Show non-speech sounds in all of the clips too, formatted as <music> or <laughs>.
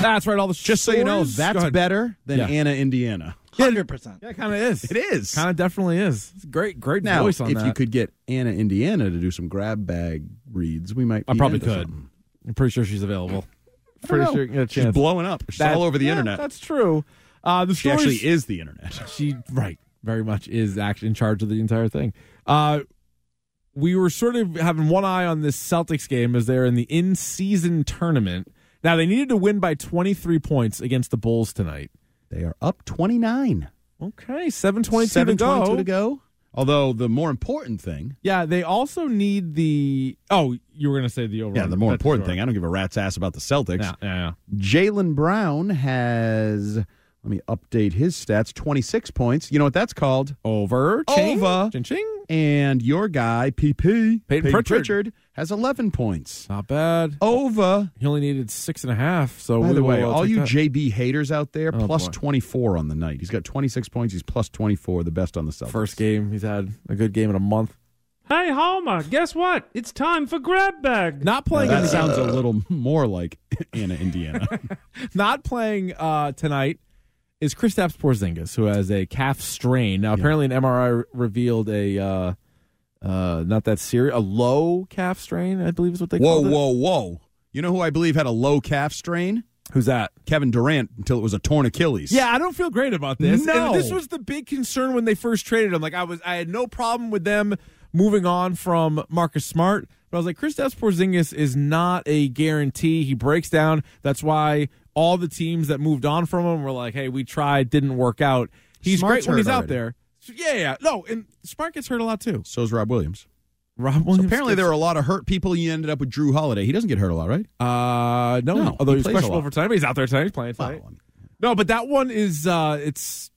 that's right. All the Just so you know, stores? that's Go ahead. better than Yeah. Anna, Indiana. Hundred percent. Yeah, kind of is. It is. Kind of definitely is. It's a great, great now, if voice on that. you could get Anna, Indiana to do some grab bag reads, we might. I be probably into could. something. I'm pretty sure she's available. I don't Pretty know. sure you can get a She's chance. blowing up. She's That- all over the yeah, internet. That's true. Uh, the She story actually is the internet. she right very much is actually in charge of the entire thing. Uh, we were sort of having one eye on this Celtics game as they're in the in-season tournament. Now they needed to win by 23 points against the Bulls tonight. They are up 29. Okay, 7:22 Seven to go. twenty-two to go. Although the more important thing, Yeah, they also need the. Oh, you were going to say the over. yeah, the more important thing, I don't give a rat's ass about the Celtics. Yeah, yeah, yeah. Jalen Brown has, let me update his stats, 26 points. You know what that's called? Over. Ching, Over. Ching, ching. And your guy, PP, Pritchard. has 11 points. Not bad. Over. He only needed six and a half. So By we the will, way, uh, all take you that. JB haters out there, Oh, plus boy. 24 on the night. He's got 26 points. He's plus 24, the best on the Celtics. First game he's had a good game in a month. Hey, Homer, guess what? It's time for grab bag. Not playing. in That the game- sounds a little more like <laughs> Anna, Indiana. <laughs> not playing uh, tonight is Kristaps Porzingis, who has a calf strain. Now, apparently, an MRI re- revealed a uh, uh, not that serious, a low calf strain. I believe is what they whoa, call it. whoa, whoa. You know who I believe had a low calf strain? Who's that? Kevin Durant until it was a torn Achilles. Yeah, I don't feel great about this. No. And this was the big concern when they first traded him. Like I was, I had no problem with them moving on from Marcus Smart, but I was like, Kristaps Porzingis is not a guarantee. He breaks down. That's why all the teams that moved on from him were like, hey, we tried, didn't work out. He's Smart's great when hurt he's out already. there. So, yeah, yeah, no, and Smart gets hurt a lot too. So is Rob Williams. Rob So Williams. apparently, there were a lot of hurt people. You ended up with Drew Holiday. He doesn't get hurt a lot, right? uh, no, No, although he he's plays a questionable lot. for tonight, but he's out there tonight. He's playing tonight. No, but that one is uh it's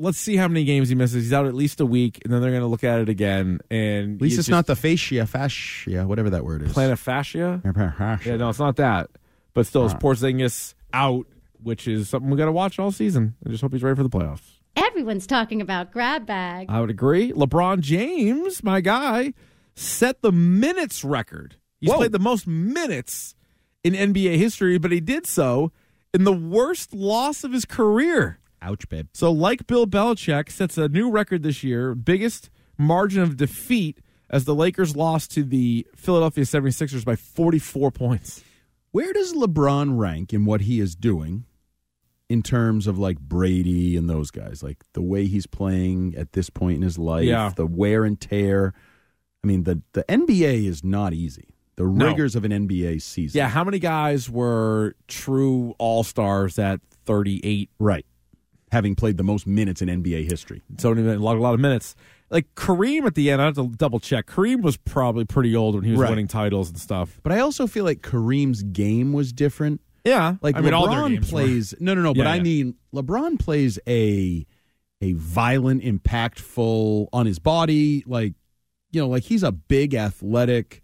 let's see how many games he misses. He's out at least a week, and then they're gonna look at it again and At least you it's just- not the fascia, fascia, whatever that word is. plantar fascia. Yeah, no, it's not that. But still it's Porzingis out, which is something we gotta watch all season. I just hope he's ready for the playoffs. Everyone's talking about grab bag. I would agree. LeBron James, my guy, set the minutes record. He's Whoa. played the most minutes in NBA history, but he did so in the worst loss of his career. Ouch, babe. So, like Bill Belichick, sets a new record this year, biggest margin of defeat as the Lakers lost to the Philadelphia 76ers by 44 points. Where does LeBron rank in what he is doing in terms of like Brady and those guys? Like the way he's playing at this point in his life, Yeah. the wear and tear. I mean, the, the NBA is not easy. The No. rigors of an NBA season. Yeah, how many guys were true all stars at 38? Right. Having played the most minutes in NBA history. So many, a lot, a lot of minutes. Like Kareem at the end, I have to double check. Kareem was probably pretty old when he was Right. winning titles and stuff. But I also feel like Kareem's game was different. Yeah, Like I mean, LeBron all their games were. plays no no no, but Yeah, I yeah. mean LeBron plays a a violent, impactful on his body, like you know, like he's a big athletic.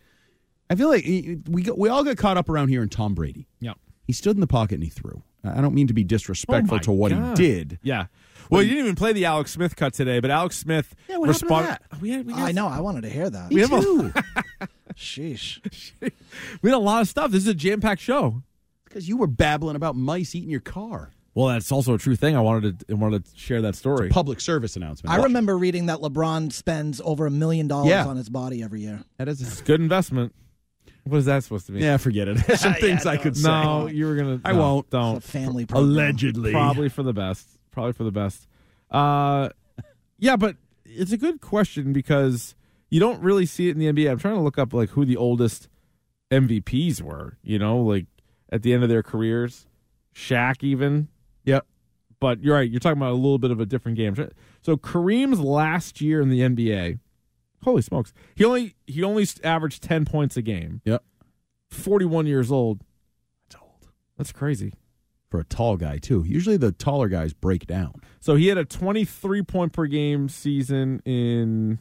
I feel like he- we got, we all got caught up around here in Tom Brady. Yep. He stood in the pocket and he threw. I don't mean to be disrespectful Oh my to what God. he did. Yeah. Well, you didn't even play the Alex Smith cut today, but Alex Smith Yeah, what happened to respond- that? We had, we got I know. I wanted to hear that. We have a- <laughs> Sheesh. We had a lot of stuff. This is a jam packed show. Because you were babbling about mice eating your car. Well, that's also a true thing. I wanted to I wanted to share that story. Public service announcement. I Watch. remember reading that LeBron spends over a million Yeah. dollars on his body every year. that is. Good investment. What is that supposed to mean? Yeah, forget it. <laughs> <laughs> Some things I could say. No, you were gonna. I no, won't. It's a Don't. family program. Allegedly. Probably for the best. Probably for the best. Uh, yeah, but it's a good question because you don't really see it in the NBA. I'm trying to look up like who the oldest MVPs were. You know, like at the end of their careers, Shaq even. Yep. but you're right. You're talking about a little bit of a different game. So Kareem's last year in the NBA, holy smokes, he only he only averaged ten points a game. Yep. Forty one years old. That's old. That's crazy. for a tall guy too. Usually the taller guys break down. So he had a twenty three point per game season in,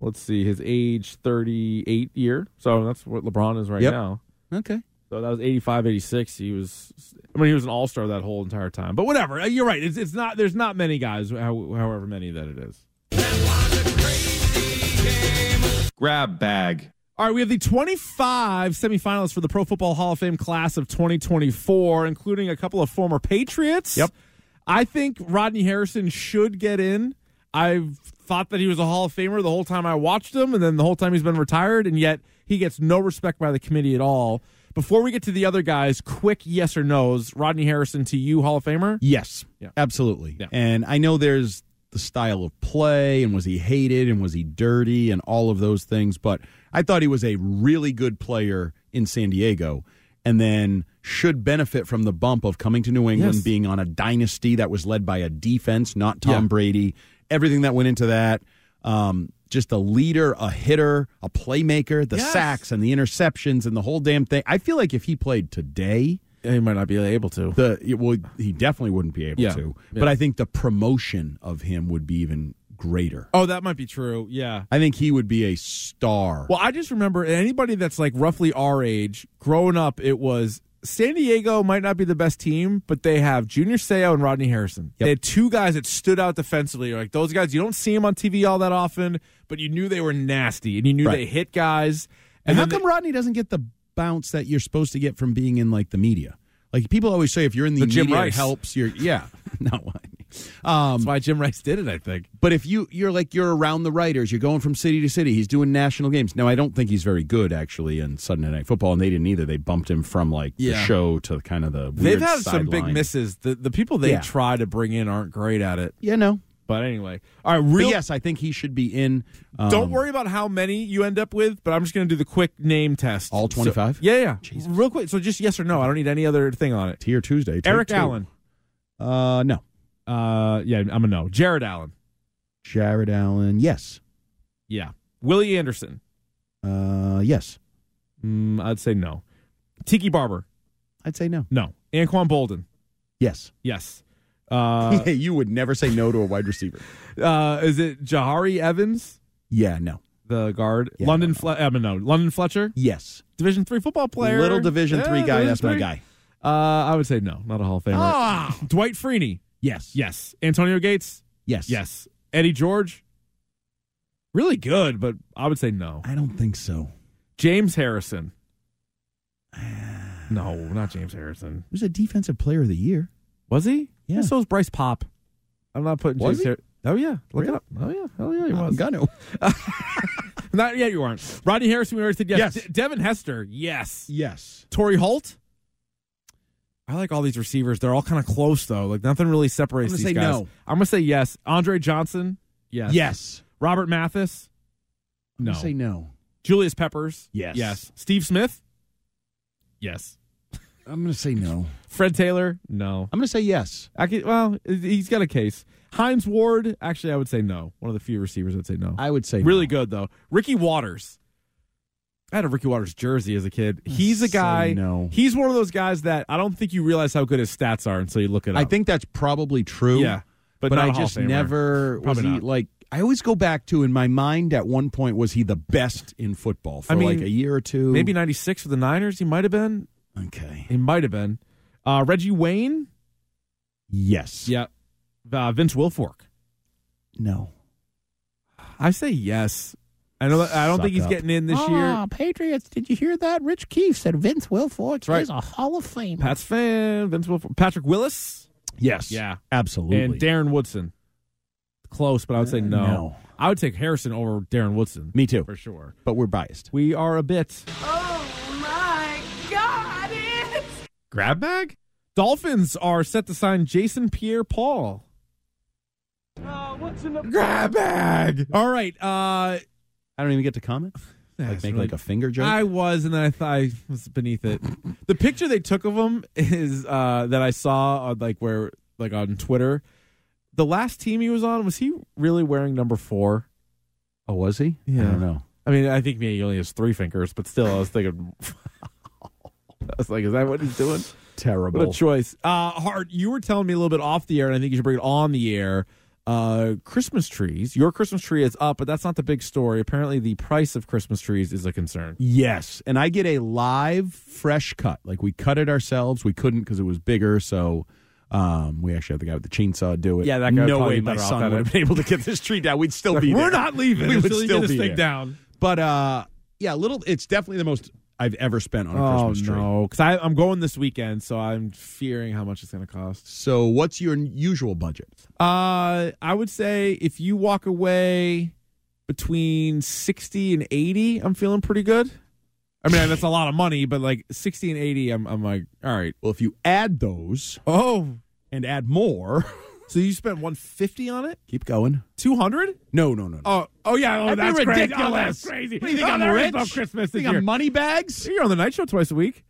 let's see, his age thirty eight year. So that's what LeBron is right Yep. now. Okay. So that was 85, 86. He was, I mean, he was an all star that whole entire time. But whatever. Uh, You're right. It's, it's not, there's not many guys, how, however many that it is. Grab bag. All right, we have the 25 semifinalists for the Pro Football Hall of Fame class of 2024, including a couple of former Patriots. Yep. I think Rodney Harrison should get in. I've thought that he was a Hall of Famer the whole time I watched him, and then the whole time he's been retired, and yet he gets no respect by the committee at all. Before we get to the other guys, quick yes or no's. Rodney Harrison to you, Hall of Famer? Yes, Yeah. absolutely. Yeah. And I know there's the style of play and was he hated and was he dirty and all of those things, but I thought he was a really good player in San Diego and then should benefit from the bump of coming to New England, Yes. being on a dynasty that was led by a defense, not Tom Yeah. Brady, everything that went into that. Um, just a leader, a hitter, a playmaker, the Yes. sacks and the interceptions and the whole damn thing. I feel like if he played today, He might not be able to. the it, well, he definitely wouldn't be able Yeah. to. Yeah. But I think the promotion of him would be even greater. Oh, that might be true. Yeah. I think he would be a star. Well, I just remember anybody that's like roughly our age, growing up, it was San Diego might not be the best team, but they have Junior Seau and Rodney Harrison. They had two guys that stood out defensively. Like those guys, you don't see them on TV all that often, but you knew they were nasty and you knew Right. they hit guys. and how then come Rodney doesn't get the bounce that you're supposed to get from being in like the media? Like people always say, if you're in the, The Jim media, it Rice. helps. You're <laughs> yeah, not what. that's Um, why Jim Rice did it, I think. but if you you're like you're around the writers, you're going from city to city. He's doing national games. Now I don't think he's very good actually in Sunday Night Football, and they didn't either. They bumped him from like the Yeah. show to kind of the. They've weird had some big sideline. misses. The the people they Yeah. try to bring in aren't great at it. Yeah, no. But anyway, all right. But Real yes, I think he should be in. um, Don't worry about how many you end up with, but I'm just going to do the quick name test. All So- 25? yeah, yeah. Real quick. So just yes or no. I don't need any other thing on it. Tier Tuesday. take Eric two. Allen. Uh, no. Uh, yeah, I'm a no. Jared Allen. Jared Allen. Yes. Yeah. Willie Anderson. Uh, yes. Mm, I'd say no. Tiki Barber. I'd say no. No. Anquan Bolden. Yes. Yes. <laughs> Uh, you would never say no to a wide receiver. uh, is it Jahari Evans, yeah. No. the guard? Yeah, London. no, Fle- I'm a no. London Fletcher, Yes. Division three football player. Little Division Yeah, three guy. Division That's my three. guy. Ah! Uh, I would say no. Not a Hall of Famer. Dwight Freeney. Yes. Yes. Antonio Gates. Yes. Yes. Eddie George? Really good, but I would say no. I don't think so. James <sighs> Harrison. No, not James Harrison. He was a defensive player of the year. Was he? Yeah. so was Bryce Pop. I'm not putting Was James he? Har- Oh yeah. Look Really? Uh, it up. Oh yeah. Oh yeah, he I'm was. gonna. Not yet you aren't. Rodney Harrison, we already said yes. Yes. De- Devin Hester, yes. Yes. Torrey Holt. I like all these receivers. They're all kind of close though. Like nothing really separates I'm gonna these say guys. no. I'm gonna say yes. Andre Johnson, yes. Yes. Robert Mathis. I'm No. gonna Say no. Julius Peppers. Yes. Yes. Steve Smith. Yes. I'm gonna say no. Fred Taylor. No. I'm gonna say yes. I could, well, he's got a case. Heinz Ward. Actually, I would say no. One of the few receivers I'd say no. I would say really no. good though. Ricky Waters. I had a Ricky Waters jersey as a kid. He's a say guy. no. He's one of those guys that I don't think you realize how good his stats are until you look it up. I think that's probably true. Yeah. But, but, not a I Hall of just Famer. never was Probably he not. like I always go back to in my mind at one point was he the best in football for I mean, like a year or two Maybe 96 for the Niners. He might have been. okay He might have been. Uh, Reggie Wayne. yes Yeah. Uh, Vince Wilfork. no I say yes. I know. I don't Suck think he's up. getting in this Oh. year. Ah, Patriots did you hear that Rich Keefe said Vince Wilfork right. a Hall of Fame Pat's fan, Vince Wilfork, Patrick Willis, yes Yeah. absolutely and Darren Woodson. Close, but I would say Uh, no. no. I would take Harrison over Darren Woodson me too for sure. but we're biased We are a bit Grab bag? Dolphins are set to sign Jason Pierre Paul. Grab bag. All right. Uh, I don't even get to comment like that's make really- like a finger joke I was, and then I thought I was beneath it. the picture they took of him is uh, that I saw on, like where like on Twitter. The last team he was on was he really wearing number four? oh was he Yeah. I don't know I mean, I think maybe he only has three fingers, but still, I was thinking. <laughs> I was like, is that what he's doing? terrible What a choice. Uh, Hart, you were telling me a little bit off the air, and I think you should bring it on the air. Uh, Christmas trees. Your Christmas tree is up, but that's not the big story. Apparently, the price of Christmas trees is a concern. Yes, and I get a live fresh cut. Like we cut it ourselves. We couldn't because it was bigger, so um, we actually had the guy with the chainsaw do it. Yeah, that guy would No probably way, be my better off son at would it. have been able to get this tree down. We'd still be. We're <laughs> there. not leaving. We would until you still get this be thing there. down. But uh, yeah, little. It's definitely the most I've ever spent on a Oh Christmas tree. no, because I'm going this weekend, so I'm fearing how much it's going to cost. So, what's your usual budget? Uh, I would say if you walk away between sixty and eighty, I'm feeling pretty good. I mean, that's a lot of money, but like sixty and eighty, I'm I'm like, all right. Well, if you add those Oh, and add more, <laughs> so you spent one fifty on it? keep going. Two hundred? No, no, no. no. Oh, oh yeah. Oh, That'd that's be crazy. Oh, ridiculous. that's crazy. What do you think Oh, I'm there is rich? no Christmas this think year. I'm money bags? You're on the night show twice a week.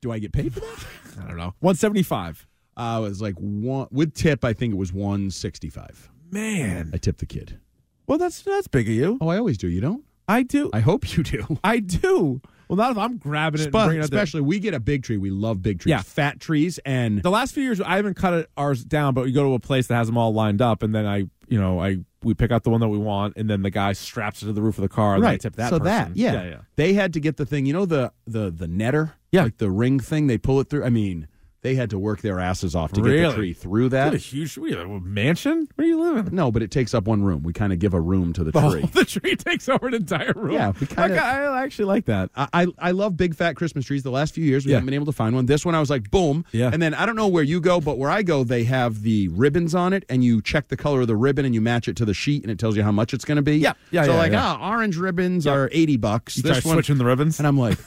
Do I get paid for that? <laughs> I don't know. One seventy five. Uh, it was like one with tip. I think it was one sixty five. Man. I tipped the kid. Well, that's that's big of you. Oh, I always do. You don't? I do. I hope <laughs> you do. <laughs> I do. Well, not if I'm grabbing it and Spe- bringing it out there. especially we get a big tree. We love big trees, Yeah. fat trees, and The last few years, I haven't cut it, ours down, but we go to a place that has them all lined up, and then I, you know, I we pick out the one that we want, and then the guy straps it to the roof of the car, and then I tip that. so person. that yeah. yeah, yeah. they had to get the thing. You know the the the netter, Yeah. like the ring thing. They pull it through. I mean, they had to work their asses off to get Really? the tree through What that. a huge we have a mansion. Where are you living? No, but it takes up one room. We kind of give a room to <laughs> the The, tree. whole, the tree takes over an entire room. Yeah, we kinda- Okay, I actually like that. I, I I love big fat Christmas trees. The last few years we Yeah. haven't been able to find one. This one I was like, boom. Yeah. And then I don't know where you go, but where I go, they have the ribbons on it, and you check the color of the ribbon and you match it to the sheet, and it tells you how much it's going to be. Yeah. Yeah, So yeah, like, yeah. ah, orange ribbons are eighty bucks. You this start one, switching the ribbons. and I'm like, <laughs>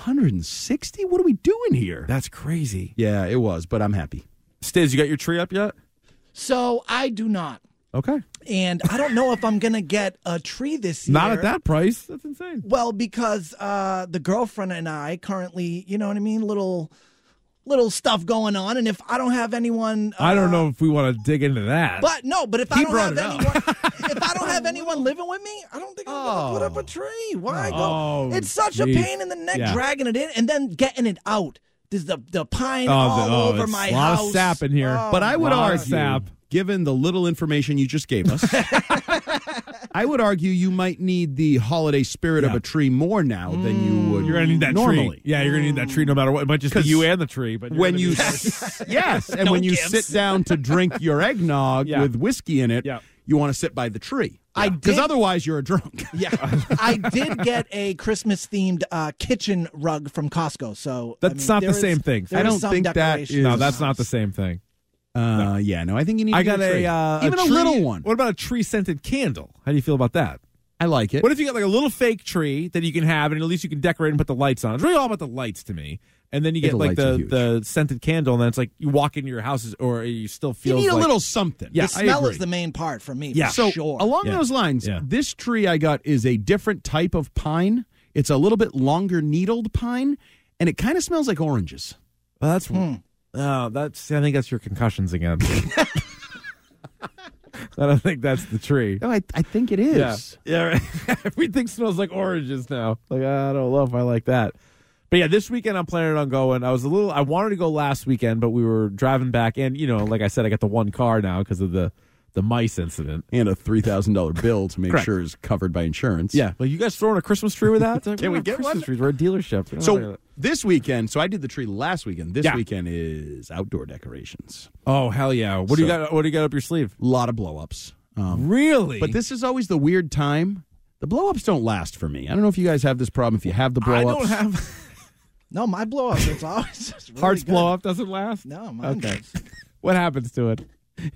hundred and sixty. What are we doing here? That's crazy. yeah, it was, but I'm happy. Stiz, you got your tree up yet? So I do not. Okay, And I don't know if I'm going to get a tree this year. not at that price. That's insane. Well, because uh, the girlfriend and I currently, you know what I mean, little little stuff going on, and if I don't have anyone, uh, I don't know if we want to dig into that. But no, but if I don't brought it have up. anyone, if I <laughs> don't have anyone living with me, I don't think I'm gonna put up a tree. Why Oh, go? It's such a geez. pain in the neck Yeah. dragging it in and then getting it out. There's the the pine Oh, all the- oh, over it's my a lot house. Oh, of sap in here. But I would Lot of argue, sap. given the little information you just <laughs> gave us, I would argue you might need the holiday spirit of Yeah. Mm. a tree more now than you would. You're gonna need that normally. tree. Yeah, you're gonna need that tree no matter what. It might just be 'Cause you and the tree. But you're When gonna you need that tree. s- <laughs> yes, and when you gifts. sit down to drink your eggnog Yeah. with whiskey in it, Yeah. you want to sit by the tree. I because did- otherwise you're <laughs> a drunk. Yeah, <laughs> I did get a Christmas themed uh, kitchen rug from Costco. So I That's mean, not the there is- same thing. there I is don't some think that decoration. is- no, that's not the same thing. Uh, yeah, no, I think you need. To I get got a, tree. a uh, even a, tree- little one. What about a tree scented candle? How do you feel about that? I like it. What if you got like a little fake tree that you can have, and at least you can decorate and put the lights on? It's really all about the lights to me. And then you Yeah, get the like lights are the, huge. the scented candle, and then it's like you walk into your houses, or you still you feel need a like, little something. Yeah, The I smell agree. is the main part for me. Yeah. for So sure. along Yeah. those lines, Yeah. this tree I got is a different type of pine. It's a little bit longer needled pine, and it kind of smells like oranges. Well, that's oh, that's. I think that's your concussions <laughs> again. I don't think that's the tree. No, Oh, I, I think it is. Yeah. Yeah. Right. <laughs> Everything smells like oranges now. Like I don't know if I like that. But yeah, this weekend I'm planning on going. I was a little I wanted to go last weekend, but we were driving back and you know, like I said I got the one car now because of the the mice incident. And a three thousand dollar bill to make Correct. sure is covered by insurance. Like you guys throwing a Christmas tree with <laughs> that? It's like, Can don't we have get Christmas one? trees. We're a dealership. We don't have any of So that. this weekend, so I did the tree last weekend. This Yeah. weekend is outdoor decorations. Oh hell yeah. What do you So- got what do you got up your sleeve? A lot of blow ups. Um, Really? but this is always the weird time. The blow ups don't last for me. I don't know if you guys have this problem. If you have the blow I ups, don't have no, my blow up. It's <laughs> always it's really hearts good. blow up doesn't last. No, mine Okay. does. What happens to it?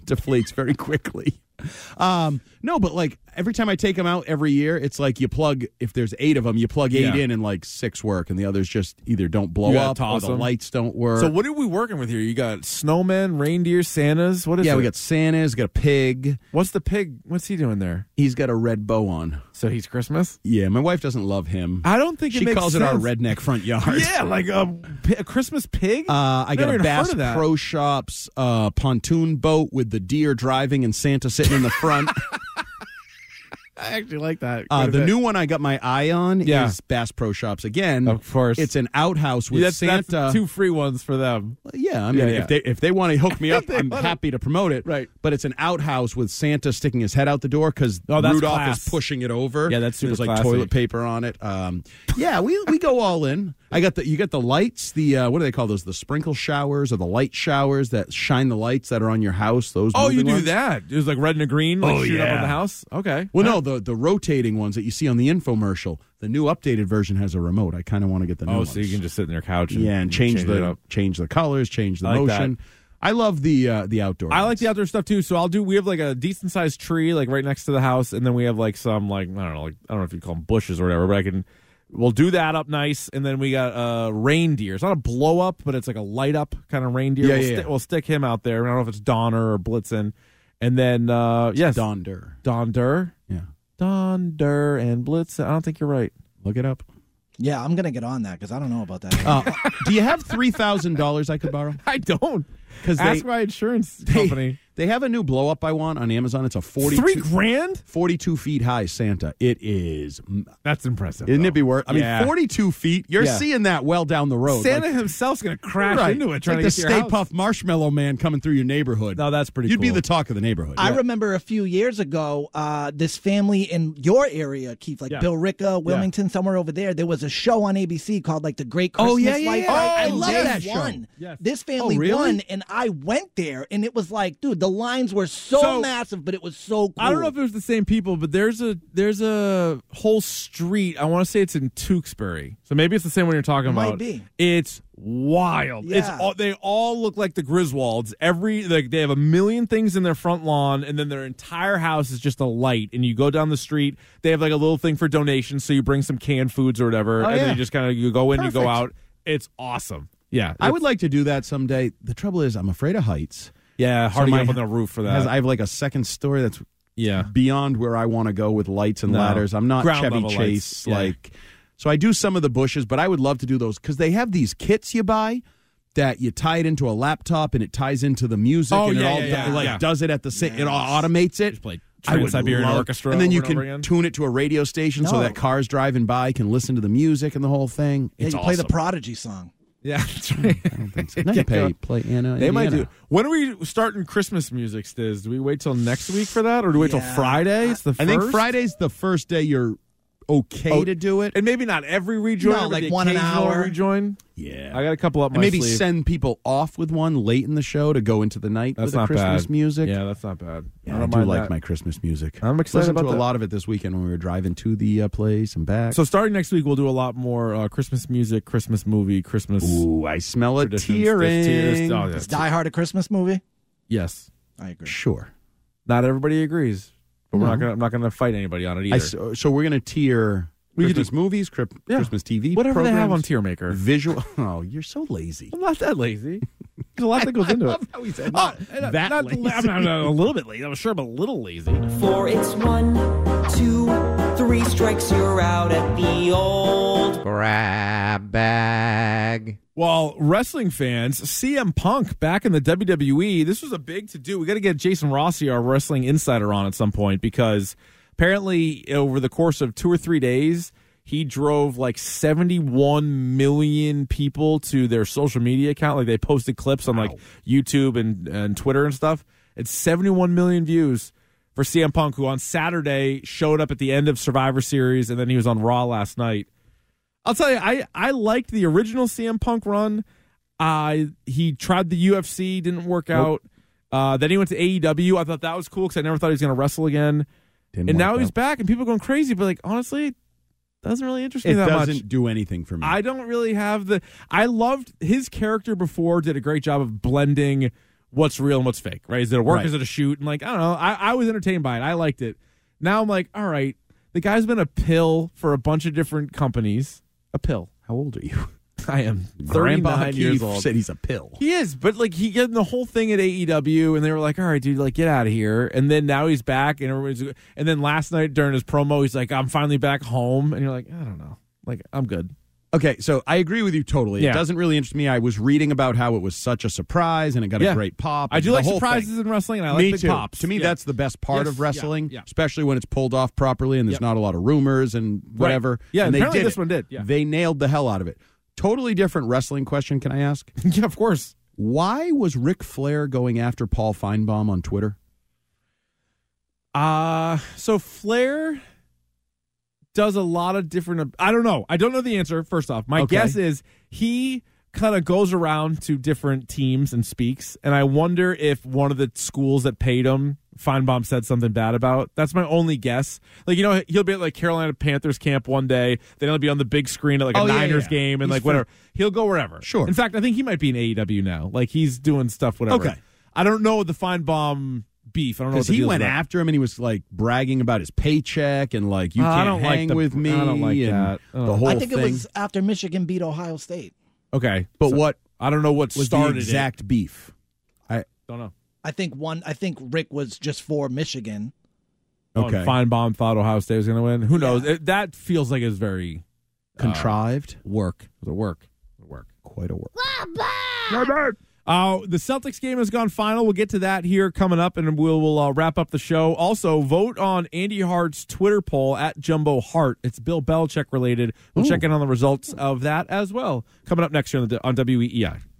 deflates very quickly. Um, no, but like every time I take them out every year, it's like you plug. If there's eight of them, you plug eight Yeah. in, and like six work, and the others just either don't blow You gotta up or toss the 'em. lights don't work. So what are we working with here? You got snowmen, reindeer, Santas. What is yeah, it? we got Santa's got a pig. What's the pig? What's he doing there? He's got a red bow on. So he's Christmas. Yeah, my wife doesn't love him. I don't think it she makes calls it our sense. redneck front yard. <laughs> Yeah, like a, pi- a Christmas pig. Uh, I got Never a even heard Bass of that. Pro Shops uh, pontoon boat with the deer driving and Santa sitting in the front. <laughs> I actually like that. Uh, Quite a the bit. new one I got my eye on Yeah. is Bass Pro Shops again. Of course. it's an outhouse with Yeah, that's, Santa. that's two free ones for them. yeah, I mean, Yeah, yeah. if they if they want to <laughs> hook me up, They I'm wanna- happy to promote it. Right. but it's an outhouse with Santa sticking his head out the door because Oh, that's Rudolph class. is pushing it over. Yeah, that's And There's super like classy. toilet paper on it. Um, yeah, we we go all in. I got the you got the lights. The uh, what do they call those? The sprinkle showers or the light showers that shine the lights that are on your house. Those. Oh, you moving do ones? that? It was like red and a green. Like, Oh, shoot up yeah. on the house. Okay. Well, All no, right. the the the rotating ones that you see on the infomercial. The new updated version has a remote. I kind of want to get the new Oh, ones. so you can just sit in their couch and, yeah, and change, it the up. change the colors, change the I like that. motion. I love the uh, the outdoor. I ones. like the outdoor stuff too. So I'll do. We have like a decent sized tree like right next to the house, and then we have like some like I don't know, like I don't know if you call them bushes or whatever, but I can. We'll do that up nice, and then we got uh reindeer. It's not a blow up, but it's like a light up kind of reindeer. Yeah, we'll, yeah, sti- yeah. we'll stick him out there. I don't know if it's Donner or Blitzen, and then uh yes, Donder. Donder, Yeah, Donder, and Blitzen. I don't think you're right. look it up. Yeah, I'm gonna get on that because I don't know about that. Uh, do you have three thousand dollars I could borrow? <laughs> I don't. Because Ask my insurance company. <laughs> They have a new blow up I want on Amazon. It's a 42, Three grand? 42 feet high Santa. It is. That's impressive. Isn't it be worth? I Yeah. mean, forty two feet. You're Yeah. seeing that well down the road. Santa Like- himself's gonna crash Right. into it It's trying like to the get to your Stay house. Puff Marshmallow Man coming through your neighborhood. No, that's pretty. You'd be cool. the talk of the neighborhood. I remember a few years ago, uh, this family in your area, Keith, like Yeah. Bill Ricka, Wilmington, somewhere over there. There was a show on ABC called like The Great Christmas Oh, yeah, yeah, Life. yeah. right? Oh, And I love they that show. won. Yes. This family Oh, really? won, and I went there, and it was like, dude, the lines were so, So- massive, but it was so cool. I don't know if it was the same people, but there's a there's a whole street. I want to say it's in Tewksbury, so maybe it's the same one you're talking Might about. be. It's wild. It's Yeah. all, they all look like the Griswolds. Every like they have a million things in their front lawn, and then their entire house is just a light. And you go down the street, they have like a little thing for donations, so you bring some canned foods or whatever, Oh, and then yeah. you just kind of you go in, you go Perfect. out. It's awesome. Yeah, I it's- would like to do that someday. The trouble is, I'm afraid of heights. Yeah, hard to my- get up on the roof for that. As I have like a second story that's yeah, beyond where I want to go with lights and No. ladders. I'm not Ground Chevy level lights, Chase yeah. like. So I do some of the bushes, but I would love to do those because they have these kits you buy that you tie it into a laptop and it ties into the music Oh, and it yeah, all yeah, yeah, do- like yeah. does it at the same. It all automates it. Just play I would Trans-Siberian love- Orchestra and then over you and can over again. tune it to a radio station so No. that cars driving by can listen to the music and the whole thing. Yeah, it's you awesome. play the Prodigy song. <laughs> yeah. That's right. <laughs> Now you pay, play Anna. They might Indiana. do. When are we starting Christmas music, Stiz? Do we wait till next week for that, or do we wait till Yeah. Friday? It's the I think first? Friday's the first day you're okay Oh, to do it. and maybe not every rejoin, No, but like the one an occasional hour. rejoin. yeah, I got a couple up my and maybe sleeve. send people off with one late in the show to go into the night that's with not the Christmas bad. music. Yeah, that's not bad. Yeah, I, don't do mind like that. my Christmas music. I'm excited Listened about to that. a lot of it this weekend when we were driving to the uh, place and back. So starting next week, we'll do a lot more uh, Christmas music, Christmas movie, Christmas Ooh, I smell a traditions, tear there's tears. in. Oh, yeah. It's Die Hard a Christmas movie. Yes, I agree. Sure. not everybody agrees, but we're No. not gonna, I'm not going to fight anybody on it I either. s so we're gonna tier We could Christmas movies, cri- Yeah. Christmas TV, Whatever they have on programs, Tier Maker, visual. <laughs> Oh, you're so lazy. I'm not that lazy. There's a lot that goes into it. How he said Oh, that not, lazy. I'm, not- I'm a little bit lazy. I'm sure I'm a little lazy. For it's one, two, three strikes, you're out at the old Well, wrestling fans, CM Punk back in the WWE, this was a big to do. We got to get Jason Rossi, our wrestling insider, on at some point because apparently over the course of two or three days, he drove like 71 million people to their social media account. Like they posted clips on like YouTube and, and Twitter and stuff. It's 71 million views for CM Punk, who on Saturday showed up at the end of Survivor Series and then he was on Raw last night. I'll tell you, I I liked the original CM Punk run. I he tried the UFC, didn't work out. Uh, then he went to AEW. I thought that was cool because I never thought he was going to wrestle again. Didn't and work now he's out. back, and people are going crazy. But like, honestly, it doesn't really interest me It that doesn't much. do anything for me. I don't really have the. I loved his character before. Did a great job of blending what's real and what's fake. Right? Is it a work? Right. Is it a shoot? And like, I don't know. I, I was entertained by it. I liked it. Now I'm like, all right, the guy's been a pill for a bunch of different companies. A pill. How old are you? <laughs> I am Grandpa 39 years Keefe old. said he's a pill. He is, but like he did the whole thing at AEW, and they were like, "All right, dude, like get out of here." And then now he's back, and everybody's. And then last night during his promo, he's like, "I'm finally back home," and you're like, "I don't know, like I'm good." Okay, so I agree with you totally. Yeah. It doesn't really interest me. I was reading about how it was such a surprise and it got Yeah. a great pop. I and do the like whole surprises thing. in wrestling, and I like me big too. pops. To me, Yeah. that's the best part Yes, of yeah, wrestling, yeah. especially when it's pulled off properly and there's Yep. not a lot of rumors and whatever. Yeah, and they apparently did this it. one did, <laughs> yeah. They nailed the hell out of it. Totally different wrestling question. Can I ask? yeah, of course. Why was Ric Flair going after Paul Feinbaum on Twitter? Uh so Flair does a lot of different I don't know. I don't know the answer first off. My Okay. guess is he kind of goes around to different teams and speaks. And I wonder if one of the schools that paid him, Feinbaum said something bad about. That's my only guess. Like, you know, he'll be at like Carolina Panthers camp one day. Then he'll be on the big screen at like a Oh, yeah, Niners yeah. game and He's like whatever. He'll go wherever. Sure. In fact, I think he might be in AEW now. Like, he's doing stuff, whatever. Okay. I don't know the Feinbaum beef. I don't know what Because the he deal's went about. after him and he was like bragging about his paycheck and like you Oh, I can't don't like hang the- with I me. don't like and that. I don't The like- whole I think thing. it was after Michigan beat Ohio State. Okay. but what I don't know what was started the it. exact beef? Don't know. I think one. I think Rick was just for Michigan. Okay. Okay, Feinbaum Oh, thought Ohio State was going to win. Who knows? It- that feels like it's very Um, contrived. work. It was a work. It was a work. Quite a work. Uh, the Celtics game has gone final. We'll get to that here coming up, and we'll, we'll uh, wrap up the show. Also, vote on Andy Hart's Twitter poll at Jumbo Hart. It's Bill Belichick related. We'll check in on E the results of that as well. Coming up next year on, the, on WEEI.